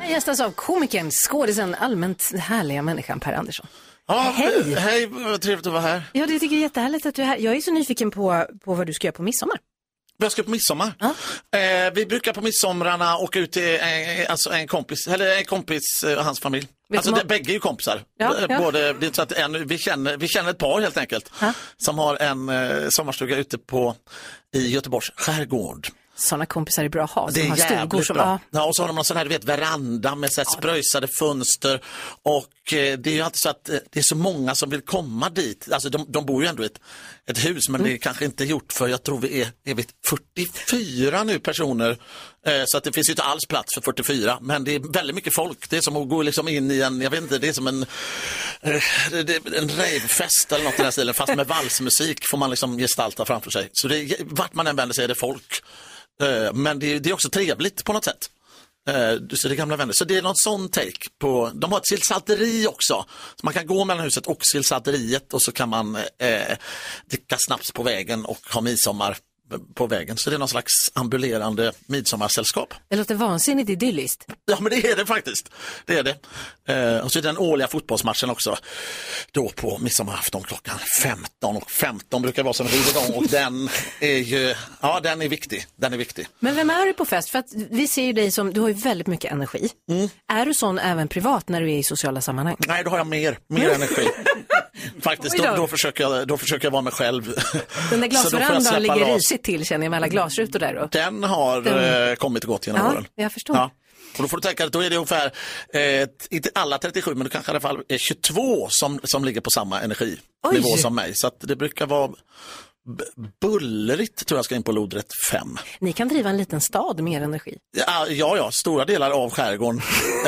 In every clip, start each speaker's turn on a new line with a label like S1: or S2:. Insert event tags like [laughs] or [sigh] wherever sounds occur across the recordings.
S1: Jag gästas av komikern, skådisen, allmänt härliga människan Per Andersson.
S2: Ja,
S1: Hej.
S2: hej! Hej, vad trevligt att vara här.
S1: Ja, det tycker jag är jättehärligt att du är här. Jag är så nyfiken på, på vad du ska göra på midsommar.
S2: Jag ska på midsommar. Eh, vi brukar på midsomrarna åka ut till eh, alltså en kompis, eller en kompis eh, och hans familj.
S1: Vet
S2: alltså
S1: du
S2: det,
S1: vad-
S2: bägge är ju kompisar.
S1: Ja,
S2: Eh,
S1: ja.
S2: Både, det är så att en, vi, känner, vi känner ett par helt enkelt. Som har en eh, sommarstuga ute på, i Göteborgs skärgård.
S1: Sådana kompisar är bra att ha.
S2: Det
S1: som har
S2: är
S1: stugor
S2: jävligt
S1: som-
S2: bra.
S1: Ja.
S2: Ja, och så har de någon sån här du vet, veranda med så här spröjsade fönster. Och eh, det är ju alltid så att eh, det är så många som vill komma dit. Alltså de, de bor ju ändå i ett, ett hus men det är
S1: Mm.
S2: kanske inte gjort för jag tror vi är, är vi 44 nu personer. Eh, så att det finns ju inte alls plats för 44 men det är väldigt mycket folk. Det är som att gå liksom in i en, jag vet inte, det är som en, eh, det- det- en ravefest eller något i den här stilen
S1: [laughs]
S2: fast med valsmusik får man liksom gestalta framför sig. Så det, är- vart man än vänder sig är det folk. Eh, Men det är, det är också trevligt på något sätt. Eh, Så det är gamla vänner. Så det är någon sån take på, de har ett sillsalteri också. Så man kan gå mellan huset och sillsalteriet och så kan man eh, dricka snaps på vägen och ha midsommar på vägen. Så det är någon slags ambulerande midsommarsällskap.
S1: Det låter vansinnigt idylliskt.
S2: Ja men det är det faktiskt. Det är det. Eh, och så är det den årliga fotbollsmatchen också. Då på midsommarafton klockan 15 och 15 brukar vara som river igång och den är ju, ja den är viktig. Den är viktig.
S1: Men vem är du på fest? För att vi ser ju dig som, du har ju väldigt mycket energi.
S2: Mm.
S1: Är du sån även privat när du är i sociala sammanhang?
S2: Nej, då har jag mer,
S1: [laughs]
S2: mer energi. Faktiskt,
S1: Oj då.
S2: då, då, försöker jag, då försöker jag vara mig själv.
S1: Den där
S2: [laughs] Så då får jag släppa
S1: glasverandan ligger
S2: loss.
S1: risigt till känner jag med alla glasrutor där. Och...
S2: Den har
S1: Den-
S2: Eh, kommit och gått genom
S1: Ja,
S2: åren.
S1: jag förstår.
S2: Och då får du tänka att då är det ungefär, eh, inte alla 37, men det kanske i alla fall är 22 som, som ligger på samma energinivå
S1: Oj.
S2: som mig. Så att det brukar vara b- bullrigt, tror jag ska in på lodrätt 5.
S1: Ni kan driva en liten stad med er energi.
S2: Ja, ja, ja, stora delar av
S1: [laughs]
S2: skärgården.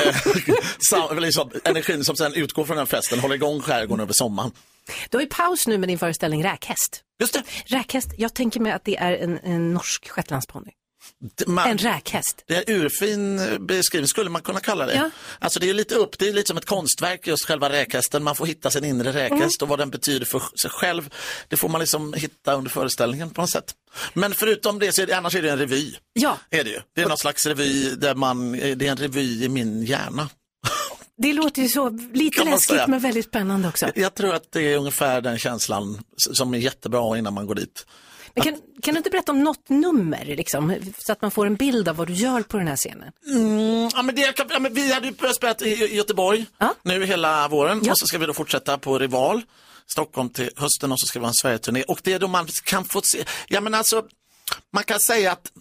S2: Eh, [laughs] sam- liksom, energin som sen utgår från den festen håller igång skärgården över sommaren.
S1: Du har ju paus nu med din föreställning Räkhäst.
S2: Just det.
S1: Räkhäst, jag tänker mig att det är en, en norsk shetlandsponny.
S2: D- man-
S1: En räkhäst.
S2: Det är en urfin eh, beskrivning, skulle man kunna kalla det.
S1: Ja.
S2: Alltså det är ju lite upp, det är lite som ett konstverk just själva räkhästen. Man får hitta sin inre
S1: Mm.
S2: räkhäst och vad den betyder för sig själv. Det får man liksom hitta under föreställningen på något sätt. Men förutom det, så är det, annars är det en revy.
S1: Ja,
S2: Är det, ju. det är någon slags revy där man, det är en revy i min hjärna.
S1: det låter ju så lite
S2: Kan man
S1: läskigt
S2: säga.
S1: men väldigt spännande också.
S2: Jag tror att det är ungefär den känslan s- som är jättebra att ha innan man går dit.
S1: Men kan, kan du inte berätta om något nummer liksom, så att man får en bild av vad du gör på den här scenen?
S2: Ja, men det, ja, men vi hade ju börjat spela i i Göteborg
S1: Ja.
S2: nu hela våren
S1: Ja.
S2: och så ska vi då fortsätta på Rival, Stockholm till hösten och så ska vi ha en Sverigeturné. Och det är då man kan få se, ja men alltså, man kan säga att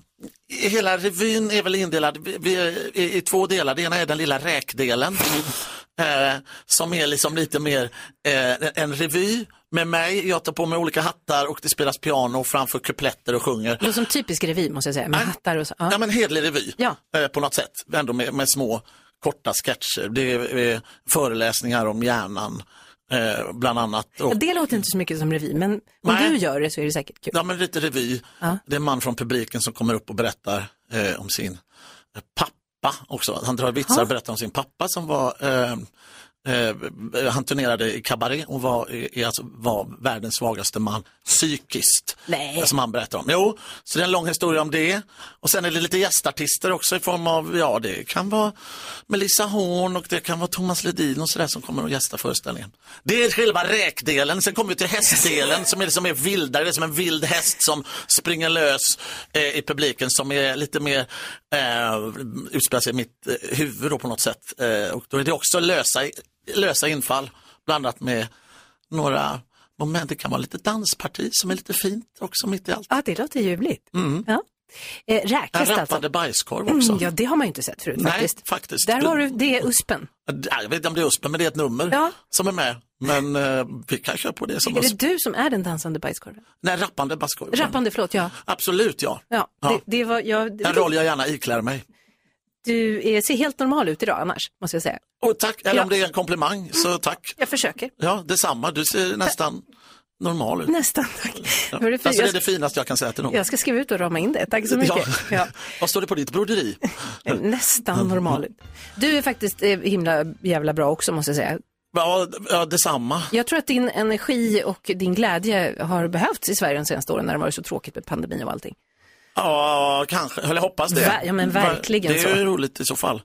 S2: hela revyn är väl indelad vi- vi är i, i två delar. Det ena är den lilla räkdelen eh, som är liksom lite mer eh, en revy med mig. Jag tar på mig olika hattar och det spelas piano framför kupletter och sjunger.
S1: Det låter som typisk revy måste jag säga, med
S2: Ja.
S1: hattar och så.
S2: Ja,
S1: Ja.
S2: men hedlig revy
S1: Ja.
S2: eh, på något sätt. Ändå med, med små korta sketcher. Det är eh, föreläsningar om hjärnan eh, bland annat. Och,
S1: Det låter inte så mycket som revy, men om
S2: Nej.
S1: du gör det så är det säkert kul.
S2: ja, men lite revy. Det är en man från publiken som kommer upp och berättar eh, om sin eh, pappa också. Han drar vitsar och berättar om sin pappa som var eh, Eh, han turnerade i cabaret och var, eh, alltså, var världens svagaste man psykiskt.
S1: Nej.
S2: eh, Som han berättar om. Jo, så det är en lång historia om det. Och sen är det lite gästartister också i form av, ja det kan vara Melissa Horn och det kan vara Thomas Ledin och sådär som kommer och gästar föreställningen. Det är själva räkdelen, sen kommer vi till hästdelen som är, som är vildare, det är som en vild häst som springer lös eh, i publiken som är lite mer, eh, utspelar sig i mitt eh, huvud då på något sätt. Eh, och då är det också lösa, lösa infall blandat med några moment. Det kan vara lite dansparti som är lite fint också mitt i allt.
S1: Ja, det låter ljuvligt. Ja. Eh,
S2: En
S1: räkhäst alltså.
S2: rappande bajskorv Mm. också.
S1: Ja, det har man ju inte sett förut
S2: Nej,
S1: faktiskt.
S2: faktiskt.
S1: Där har du, det är USPen.
S2: Ja, Jag vet inte om det är Uspen, men det är ett nummer
S1: Ja.
S2: som är med. Men eh, vi kan köra på det som
S1: Är
S2: oss.
S1: det du som är den dansande bajskorven?
S2: Nej, rappande bajskorv.
S1: Rappande, förlåt, ja.
S2: Absolut ja.
S1: Ja,
S2: Ja.
S1: Det, det var, jag,
S2: En roll jag gärna iklär mig.
S1: Du är, ser helt normal ut idag annars, måste jag säga.
S2: Och tack, eller om
S1: Ja. Mm.
S2: det är en komplimang så tack.
S1: Jag
S2: [laughs]
S1: försöker.
S2: Ja, detsamma. Du ser nästan normal ut.
S1: Nästan, tack.
S2: Ja.
S1: Var det
S2: Alltså,
S1: fint?
S2: det är det finaste jag kan säga till någon.
S1: Jag ska skriva ut och rama in det. Tack så
S2: Ja.
S1: mycket. Ja.
S2: [laughs] Vad står det på ditt broderi? [laughs]
S1: Nästan normal. ut. Du är faktiskt eh, himla jävla bra också måste jag säga.
S2: Ja, ja, detsamma.
S1: Jag tror att din energi och din glädje har behövts i Sverige de senaste åren när det varit så tråkigt med pandemi och allting.
S2: Ja, kanske. Eller jag hoppas det.
S1: Ver- ja, men verkligen
S2: Det
S1: så.
S2: är ju roligt i så fall.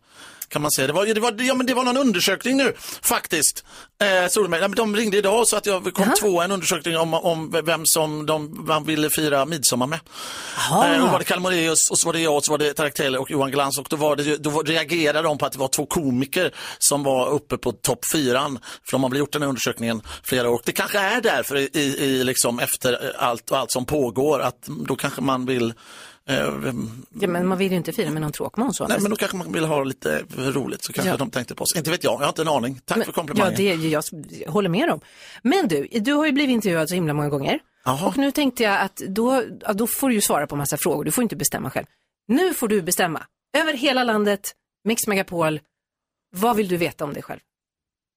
S2: Kan man säga. Det var, det var, ja, men det var någon undersökning nu faktiskt. Eh, såg du mig? Ja, men de ringde idag så att jag kom tvåa i en undersökning om, om vem som de, man ville fira midsommar med. Eh, och då var det Kalmorius och så var det jag och så var det Tareq Taylor och Johan Glans och då, var det, ju- då var- reagerade de på att det var två komiker som var uppe på topp fyran. För de har väl gjort den här undersökningen flera år. Det kanske är därför i, i liksom efter allt och allt som pågår att då kanske man vill eh,
S1: Ja, men man vill ju inte fira med någon tråkmåns.
S2: Nej, men då kanske man vill ha lite roligt så kanske
S1: Ja.
S2: de tänkte på oss. Inte vet jag, jag har inte en aning. Tack för
S1: Ja,
S2: komplimangen.
S1: det, är ju- jag håller med om. Men du, du har ju blivit intervjuad så himla många gånger.
S2: Jaha.
S1: Och nu tänkte jag att då, ja, då får du ju svara på massa frågor. Du får inte bestämma själv. Nu får du bestämma. Över hela landet, Mix Megapol. Vad vill du veta om dig själv?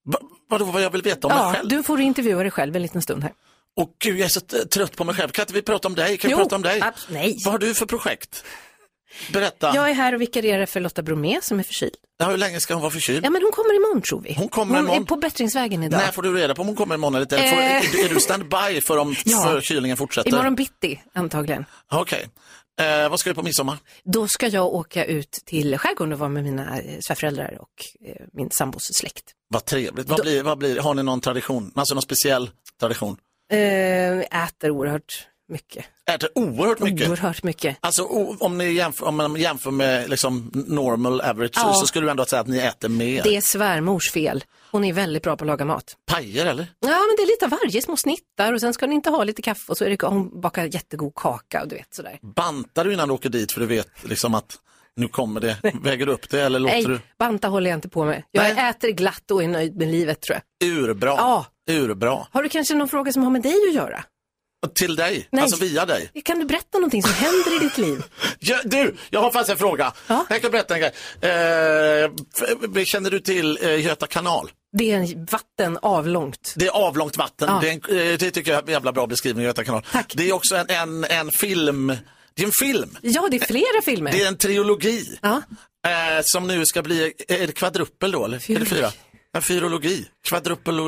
S2: Va, vadå, vad jag vill veta om
S1: ja,
S2: mig själv?
S1: du får intervjua dig själv en liten stund här.
S2: Och gud, jag är så t- trött på mig själv. Kan inte vi prata om dig? Kan
S1: Jo,
S2: vi prata om dig?
S1: abs- nej.
S2: Vad har du för projekt? Berätta.
S1: Jag är här och vikarierar för Lotta Bromé som är förkyld.
S2: Ja, Hur länge ska hon vara förkyld?
S1: Ja, men hon kommer imorgon tror vi.
S2: Hon kommer
S1: hon
S2: imorgon.
S1: är på bättringsvägen idag.
S2: När får du reda på om hon kommer imorgon? Eller inte? Får,
S1: Eh.
S2: är, är du standby för om
S1: [laughs] Ja.
S2: förkylningen fortsätter?
S1: Imorgon bitti antagligen.
S2: Okej. Eh, vad ska du på midsommar?
S1: Då ska jag åka ut till skärgården och vara med mina eh, svärföräldrar och eh, min sambos släkt.
S2: Vad trevligt. Vad blir, vad blir, har ni någon tradition? Alltså någon speciell tradition?
S1: Eh, äter oerhört mycket.
S2: Äter oerhört mycket.
S1: Oerhört mycket.
S2: Alltså o- om, ni jämför, om man jämför med liksom normal average så-
S1: Ja.
S2: så skulle du ändå säga att ni äter mer.
S1: Det är svärmors fel. Hon är väldigt bra på att laga mat.
S2: Pajer eller?
S1: Ja, men det är lite av varje. Små snittar och sen ska ni inte ha lite kaffe och så är det, hon bakar jättegod kaka och du vet sådär.
S2: Bantar du innan du åker dit för du vet liksom att nu kommer det, väger du upp det eller låter
S1: Nej, banta håller jag inte på med. Jag
S2: Nej.
S1: äter glatt och är nöjd med livet tror jag.
S2: du urbra?
S1: Ja.
S2: Urbra.
S1: Har du kanske någon fråga som har med dig att göra?
S2: Och Till dig,
S1: Nej.
S2: alltså via dig.
S1: Kan du berätta någonting som händer i ditt liv?
S2: Ja, du, jag har faktiskt en fråga.
S1: Ja.
S2: Jag kan berätta en grej. Eh, f- känner du till eh, Göta kanal?
S1: Det är en vatten avlångt.
S2: Det är avlångt vatten.
S1: Ja.
S2: Det, är en, eh, det tycker jag är en jävla bra beskrivning av Göta kanal.
S1: Tack.
S2: Det är också en, en, en film. Det är en film.
S1: Ja, det är flera filmer.
S2: Det är en trilogi.
S1: Ja.
S2: Eh, som nu ska bli, är det kvadrupel då eller? Är det
S1: Fyrologi.
S2: fyra? En fyrologi, kvadrupel,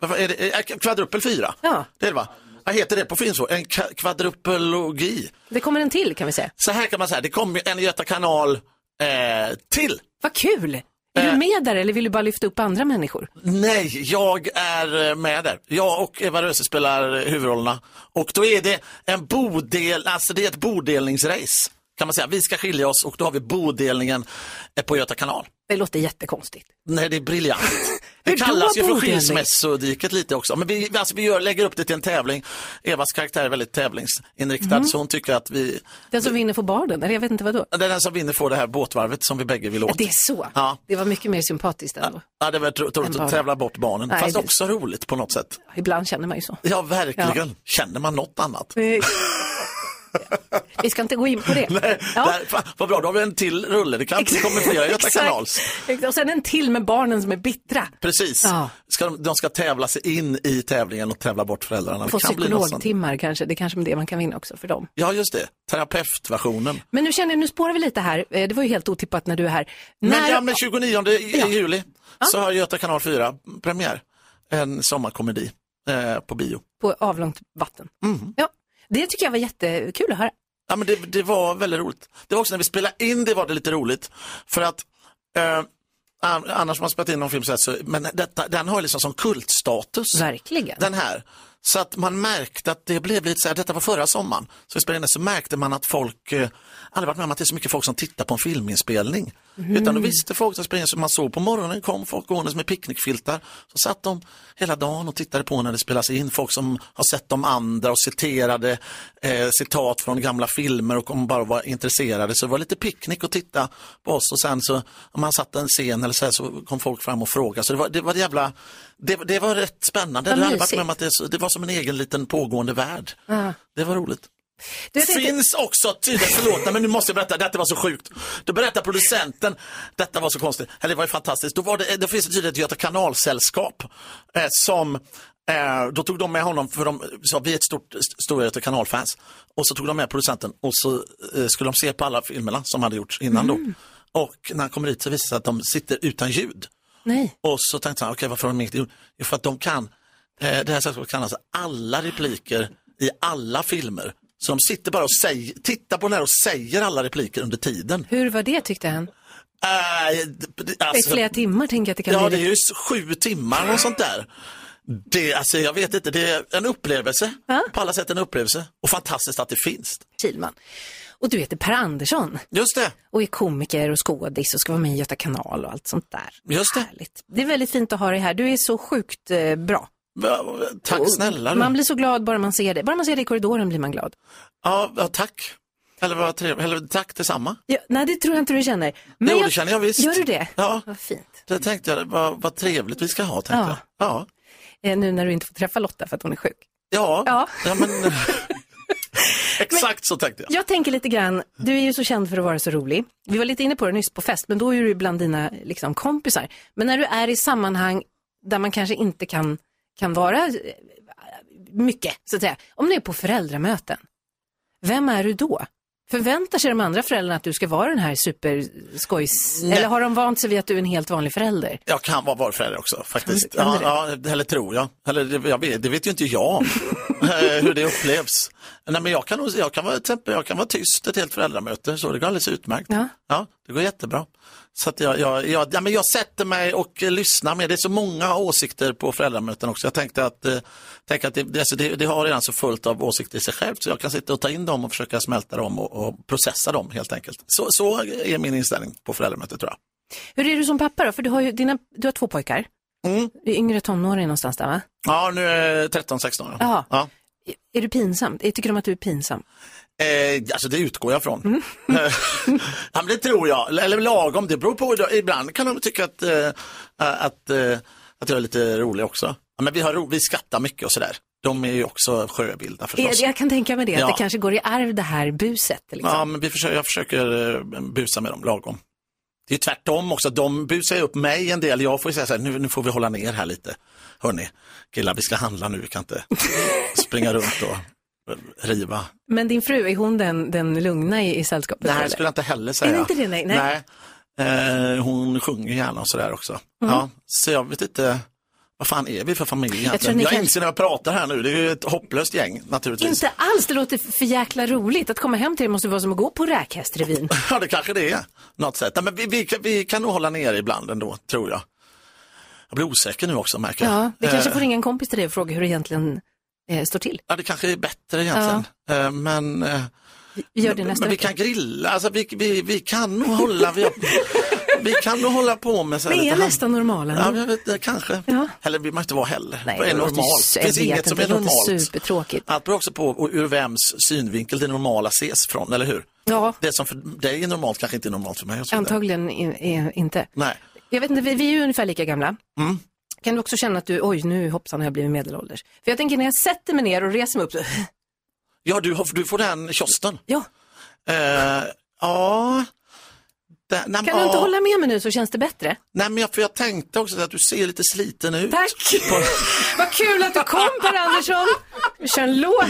S2: vad är det, eh, kvadrupel fyra?
S1: Ja.
S2: Det är det va? Vad heter det på fin så? En ka- kvadrupologi.
S1: Det kommer en till kan vi säga.
S2: Så här kan man säga, det kommer en Göta kanal eh, till.
S1: Vad kul! Är
S2: Eh.
S1: du med där eller vill du bara lyfta upp andra människor?
S2: Nej, jag är eh, med där. Jag och Eva Röse spelar eh, huvudrollerna. Och då är det en bodel, alltså det är ett bodelningsrace kan man säga. Vi ska skilja oss och då har vi bodelningen eh, på Göta kanal.
S1: Det låter jättekonstigt.
S2: Nej, det är briljant.
S1: [laughs]
S2: Det
S1: Hur då
S2: kallas ju för
S1: bodelning?
S2: skilsmässodiket lite också. Men vi, alltså vi gör, lägger upp det till en tävling. Evas karaktär är väldigt tävlingsinriktad
S1: Mm.
S2: så hon tycker att vi,
S1: Den
S2: Mm.
S1: som vinner får barden, eller jag vet inte vad då.
S2: det är den som vinner får det här båtvarvet som vi bägge vill åt.
S1: Det är så.
S2: Ja.
S1: Det var mycket mer sympatiskt ändå.
S2: Ja, det var tro- tråkigt att
S1: barn.
S2: tävla bort barnen,
S1: Nej,
S2: fast
S1: det-
S2: också roligt på något sätt.
S1: Ibland känner man ju så.
S2: Ja, verkligen. Känner man något annat?
S1: [laughs] Vi ska inte gå in på det.
S2: [laughs] Nej, där, fan, vad bra, då har vi en till rulle. Det, kan, det kommer flera Göta
S1: Exakt.
S2: kanals.
S1: Exakt. Och sen en till med barnen som är bittra.
S2: Precis.
S1: Ja.
S2: Ska de, de ska tävla sig in i tävlingen och tävla bort föräldrarna. Det
S1: Få
S2: kan bli något sånt.
S1: psykologtimmar kanske. Det är kanske är det man kan vinna också för dem.
S2: Ja, just det. Terapeutversionen.
S1: Men nu känner jag, nu spårar vi lite här. Eh, Det var ju helt otippat när du är här.
S2: Men
S1: När...
S2: ja, men 29 i- i juli så har Göta kanal 4 premiär. En sommarkomedi eh, på bio.
S1: På avlångt vatten.
S2: Mhm.
S1: Ja. Det tycker jag var jättekul att höra.
S2: Ja, men det, det var väldigt roligt. Det var också när vi spelade in det var det lite roligt. För att eh, an- annars har man spelat in någon film så här, så, men detta, den har liksom som kultstatus.
S1: Verkligen.
S2: Den här. Så att man märkte att det blev lite så här, detta var förra sommaren, så vi spelade in det, så märkte man att folk, eh, aldrig varit med om att det är så mycket folk som tittar på en filminspelning. Utan då visste folk som spelade in, så man såg på morgonen kom folk gåendes med picknickfiltar. Så satt de hela dagen och tittade på när det spelas in, folk som har sett de andra och citerade eh, citat från gamla filmer och om bara var intresserade. Så det var lite picknick att titta på oss och sen så om man satte en scen eller så här så kom folk fram och frågade. Så det var, det var jävla, det, det var rätt spännande.
S1: Vad
S2: Det, hade varit
S1: mysigt.
S2: med om att det, så- det var som en egen liten pågående värld. Det var roligt.
S1: Du, jag tänkte-
S2: Finns också tydligen, förlåt nej, men nu måste jag berätta, detta var så sjukt. Då berättar producenten, detta var så konstigt, eller det var ju fantastiskt. Då var det, det finns tydligen ett Göta kanalsällskap eh, som, eh, då tog de med honom, för de sa vi är ett stort, st- stora Göta kanalfans. Och så tog de med producenten och så eh, skulle de se på alla filmerna som hade gjorts innan
S1: Mm.
S2: då. Och när han kommer dit så visar det sig att de sitter utan ljud.
S1: Nej.
S2: Och så tänkte han, okej varför har de inget ljud? Jo, för att de kan, eh, det här sällskapet kan alltså alla repliker i alla filmer. Så de sitter bara och säger, tittar på den här och säger alla repliker under tiden.
S1: Hur var det tyckte han?
S2: Äh, d- d-
S1: I
S2: alltså,
S1: flera timmar tänker jag att det kan
S2: ja, det
S1: bli.
S2: är ju s- sju timmar och sånt där. Det, alltså, jag vet inte, det är en upplevelse. På alla sätt en upplevelse. Och fantastiskt att det finns.
S1: Kilman. Och du heter Per Andersson
S2: Just det,
S1: och är komiker och skådis och ska vara med i Göta kanal och allt sånt där.
S2: just det.
S1: Härligt. Det är väldigt fint att ha dig här. Du är så sjukt eh, bra.
S2: Va- Tack
S1: Och
S2: snälla du.
S1: Oh. Man blir så glad bara man ser dig. Bara man ser dig i korridoren blir man glad.
S2: Ja, ja, tack. Eller vad trevligt, eller tack detsamma.
S1: Ja, nej, det tror jag inte du känner. Men
S2: Jo, det känner jag visst.
S1: Gör du det?
S2: Ja.
S1: Vad fint.
S2: Det tänkte jag, vad, vad trevligt vi ska ha, tänkte
S1: Ja.
S2: jag. Ja.
S1: Eh, nu när du inte får träffa Lotta för att hon är sjuk.
S2: Ja,
S1: Ja.
S2: ja men, exakt så tänkte jag.
S1: Jag tänker lite grann, du är ju så känd för att vara så rolig. Vi var lite inne på det nyss på fest, men då är du bland dina liksom, kompisar. Men när du är i sammanhang där man kanske inte kan, kan vara eh, mycket, så att säga. Om du är på föräldramöten, vem är du då? Förväntar sig de andra föräldrarna att du ska vara den här superskojs...
S2: Nej.
S1: Eller har de vant sig vid att du är en helt vanlig förälder?
S2: Jag kan vara valförälder också faktiskt.
S1: Kan du- kan
S2: ja, ja, eller tror jag. Eller det- jag vet, det vet ju
S1: [laughs]
S2: inte jag eh, hur det upplevs. Nej, men jag kan, nog- jag, kan vara, till exempel, jag kan vara tyst ett helt föräldramöte, så det går alldeles utmärkt.
S1: Ja.
S2: det går jättebra. Så att jag, jag, jag, ja, men jag sätter mig och eh, lyssnar med. Det är så många åsikter på föräldramöten också. Jag tänkte att, eh, tänk att det, det, alltså det, det har redan så fullt av åsikter i sig självt så jag kan sitta och ta in dem och försöka smälta dem och, och processa dem helt enkelt. Så, så är min inställning på föräldramöte tror jag.
S1: Hur är du som pappa då? För du har ju dina, du har två pojkar.
S2: Mm.
S1: Du är yngre tonåring någonstans där va?
S2: Ja, nu är jag 13, 16 år.
S1: Jaha.
S2: Ja.
S1: Är du pinsam? Tycker de att du är pinsam?
S2: Eh, alltså det utgår jag från. [laughs] ja, men det tror jag, eller lagom, det beror på. Ibland kan de tycka att, eh, att, eh, att jag är lite rolig också. Ja, men vi, har ro, vi skrattar mycket och sådär. De är ju också sjöbilda förstås.
S1: Jag, jag kan tänka mig det,
S2: Ja.
S1: att det kanske går i arv det här buset. Liksom.
S2: Ja, men vi försöker, jag försöker eh, busa med dem lagom. Det är tvärtom också, de busar ju upp mig en del. Jag får ju säga så här, nu, nu får vi hålla ner här lite. Hörni, killar vi ska handla nu, vi kan
S1: [laughs]
S2: inte springa runt och eh, riva.
S1: Men din fru, är hon den, den lugna i, i sällskapet?
S2: Nej,
S1: eller?
S2: det skulle jag inte heller säga.
S1: Är det inte det? Nej, nej.
S2: Eh, hon sjunger gärna och sådär också.
S1: Mm.
S2: Ja, så jag vet inte, vad fan är vi för familj
S1: tror
S2: egentligen?
S1: ni
S2: Jag,
S1: kan-
S2: inser när jag pratar här nu, det är ju ett hopplöst gäng naturligtvis.
S1: Inte alls, det låter för jäkla roligt. Att komma hem till dig måste vara som att gå på
S2: [laughs]
S1: räkhästrevyn.
S2: [laughs] Ja, det kanske det är. Något sätt. Nej, men vi, vi, vi kan nog hålla ner ibland ändå, tror jag. Jag blir osäker nu också, märker jag.
S1: Ja, vi kanske
S2: Eh,
S1: får ringa en kompis till dig och fråga hur det egentligen eh, står till.
S2: ja, det kanske är bättre egentligen. Eh, Men, eh,
S1: Vi gör det nästa
S2: men vi
S1: vecka.
S2: kan grilla, alltså, vi, vi, vi kan nog hålla, vi,
S1: [laughs]
S2: vi kan nog hålla på med så här
S1: Det
S2: lite
S1: är
S2: hand-
S1: nästan normala.
S2: Ja, men jag vet, inte, kanske.
S1: Ja.
S2: Eller vill man inte vara heller.
S1: Nej,
S2: Vad är
S1: det låter
S2: normalt?
S1: så-
S2: Det finns
S1: jag vet
S2: inget som
S1: inte,
S2: är
S1: det låter
S2: normalt.
S1: supertråkigt.
S2: Allt beror också på och ur vems synvinkel det normala ses från, eller hur?
S1: Ja.
S2: Det som för dig är normalt kanske inte är normalt för mig. och så vidare.
S1: Antagligen i, i, inte.
S2: Nej.
S1: Jag vet inte, vi, vi är ju ungefär lika gamla.
S2: Mm.
S1: Kan du också känna att du, oj nu hoppsan har jag blivit medelålders. För jag tänker när jag sätter mig ner och reser mig upp så,
S2: Ja, du, har- du får den kiosten.
S1: ja,
S2: Eh, ja. Det, nej,
S1: kan du inte
S2: ja.
S1: hålla med mig nu så känns det bättre?
S2: Nej, men jag, för jag tänkte också att du ser lite sliten ut.
S1: Tack! Vad kul att du kom Per Andersson! Vi kör en låt.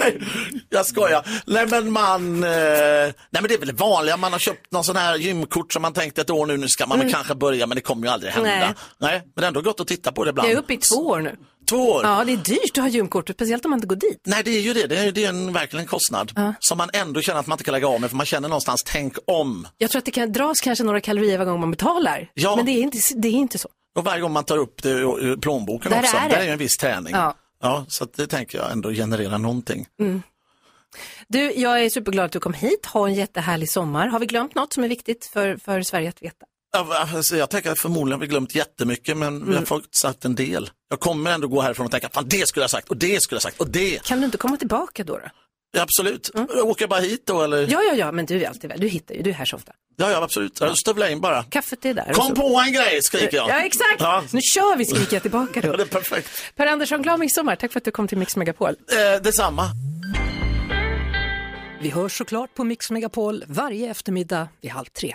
S2: Nej, jag skojar. Nej men man, eh, nej men det är väl vanliga, man har köpt någon sån här gymkort som man tänkte ett år nu, nu ska man väl kanske börja men det kommer ju aldrig hända.
S1: Mm. Nej.
S2: Nej, men ändå gott att titta på det ibland.
S1: Jag är uppe i två år nu.
S2: Två år?
S1: Ja, det är dyrt att ha gymkort, speciellt om man inte går dit.
S2: Nej det är ju det, det är, ju- det är en, verkligen en kostnad som man ändå känner att man inte kan lägga av med för man känner någonstans, tänk om.
S1: Jag tror att det kan dras kanske några kalorier varje gång man betalar.
S2: Ja.
S1: Men det är inte, det är inte så.
S2: Och varje gång man tar upp det ur ur plånboken
S1: Där
S2: också,
S1: är det.
S2: där är ju en viss träning.
S1: Ja.
S2: Ja, så att det tänker jag ändå genererar någonting.
S1: Du, jag är superglad att du kom hit. Ha en jättehärlig sommar. Har vi glömt något som är viktigt för, för Sverige att veta?
S2: Ja, va- Alltså, jag tänker att förmodligen har vi glömt jättemycket men vi
S1: Mm.
S2: har fått sagt en del. Jag kommer ändå gå härifrån och tänka, fan det skulle jag ha sagt och det skulle jag ha sagt och det.
S1: Kan du inte komma tillbaka då? då?
S2: Ja, Absolut. Åker jag bara hit då eller? Ja,
S1: Mm. Ja, ja, ja, men du är alltid väl. Du hittar ju, du är här så ofta.
S2: ja, absolut. Jag stövlar in bara.
S1: Kaffet är där. och så-
S2: Kom på en grej skriker jag.
S1: Ja, exakt.
S2: Ja.
S1: Nu kör vi, skriker jag tillbaka
S2: Ja, det
S1: då.
S2: är perfekt.
S1: Per Andersson, glad midsommar. Tack för att du kom till Mix Megapol.
S2: Eh, detsamma.
S3: Vi hörs såklart på Mix Megapol varje eftermiddag vid halv tre.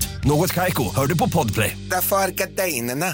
S4: Något Kaiko, hör du på Podplay.
S5: Därför arkadeinerna.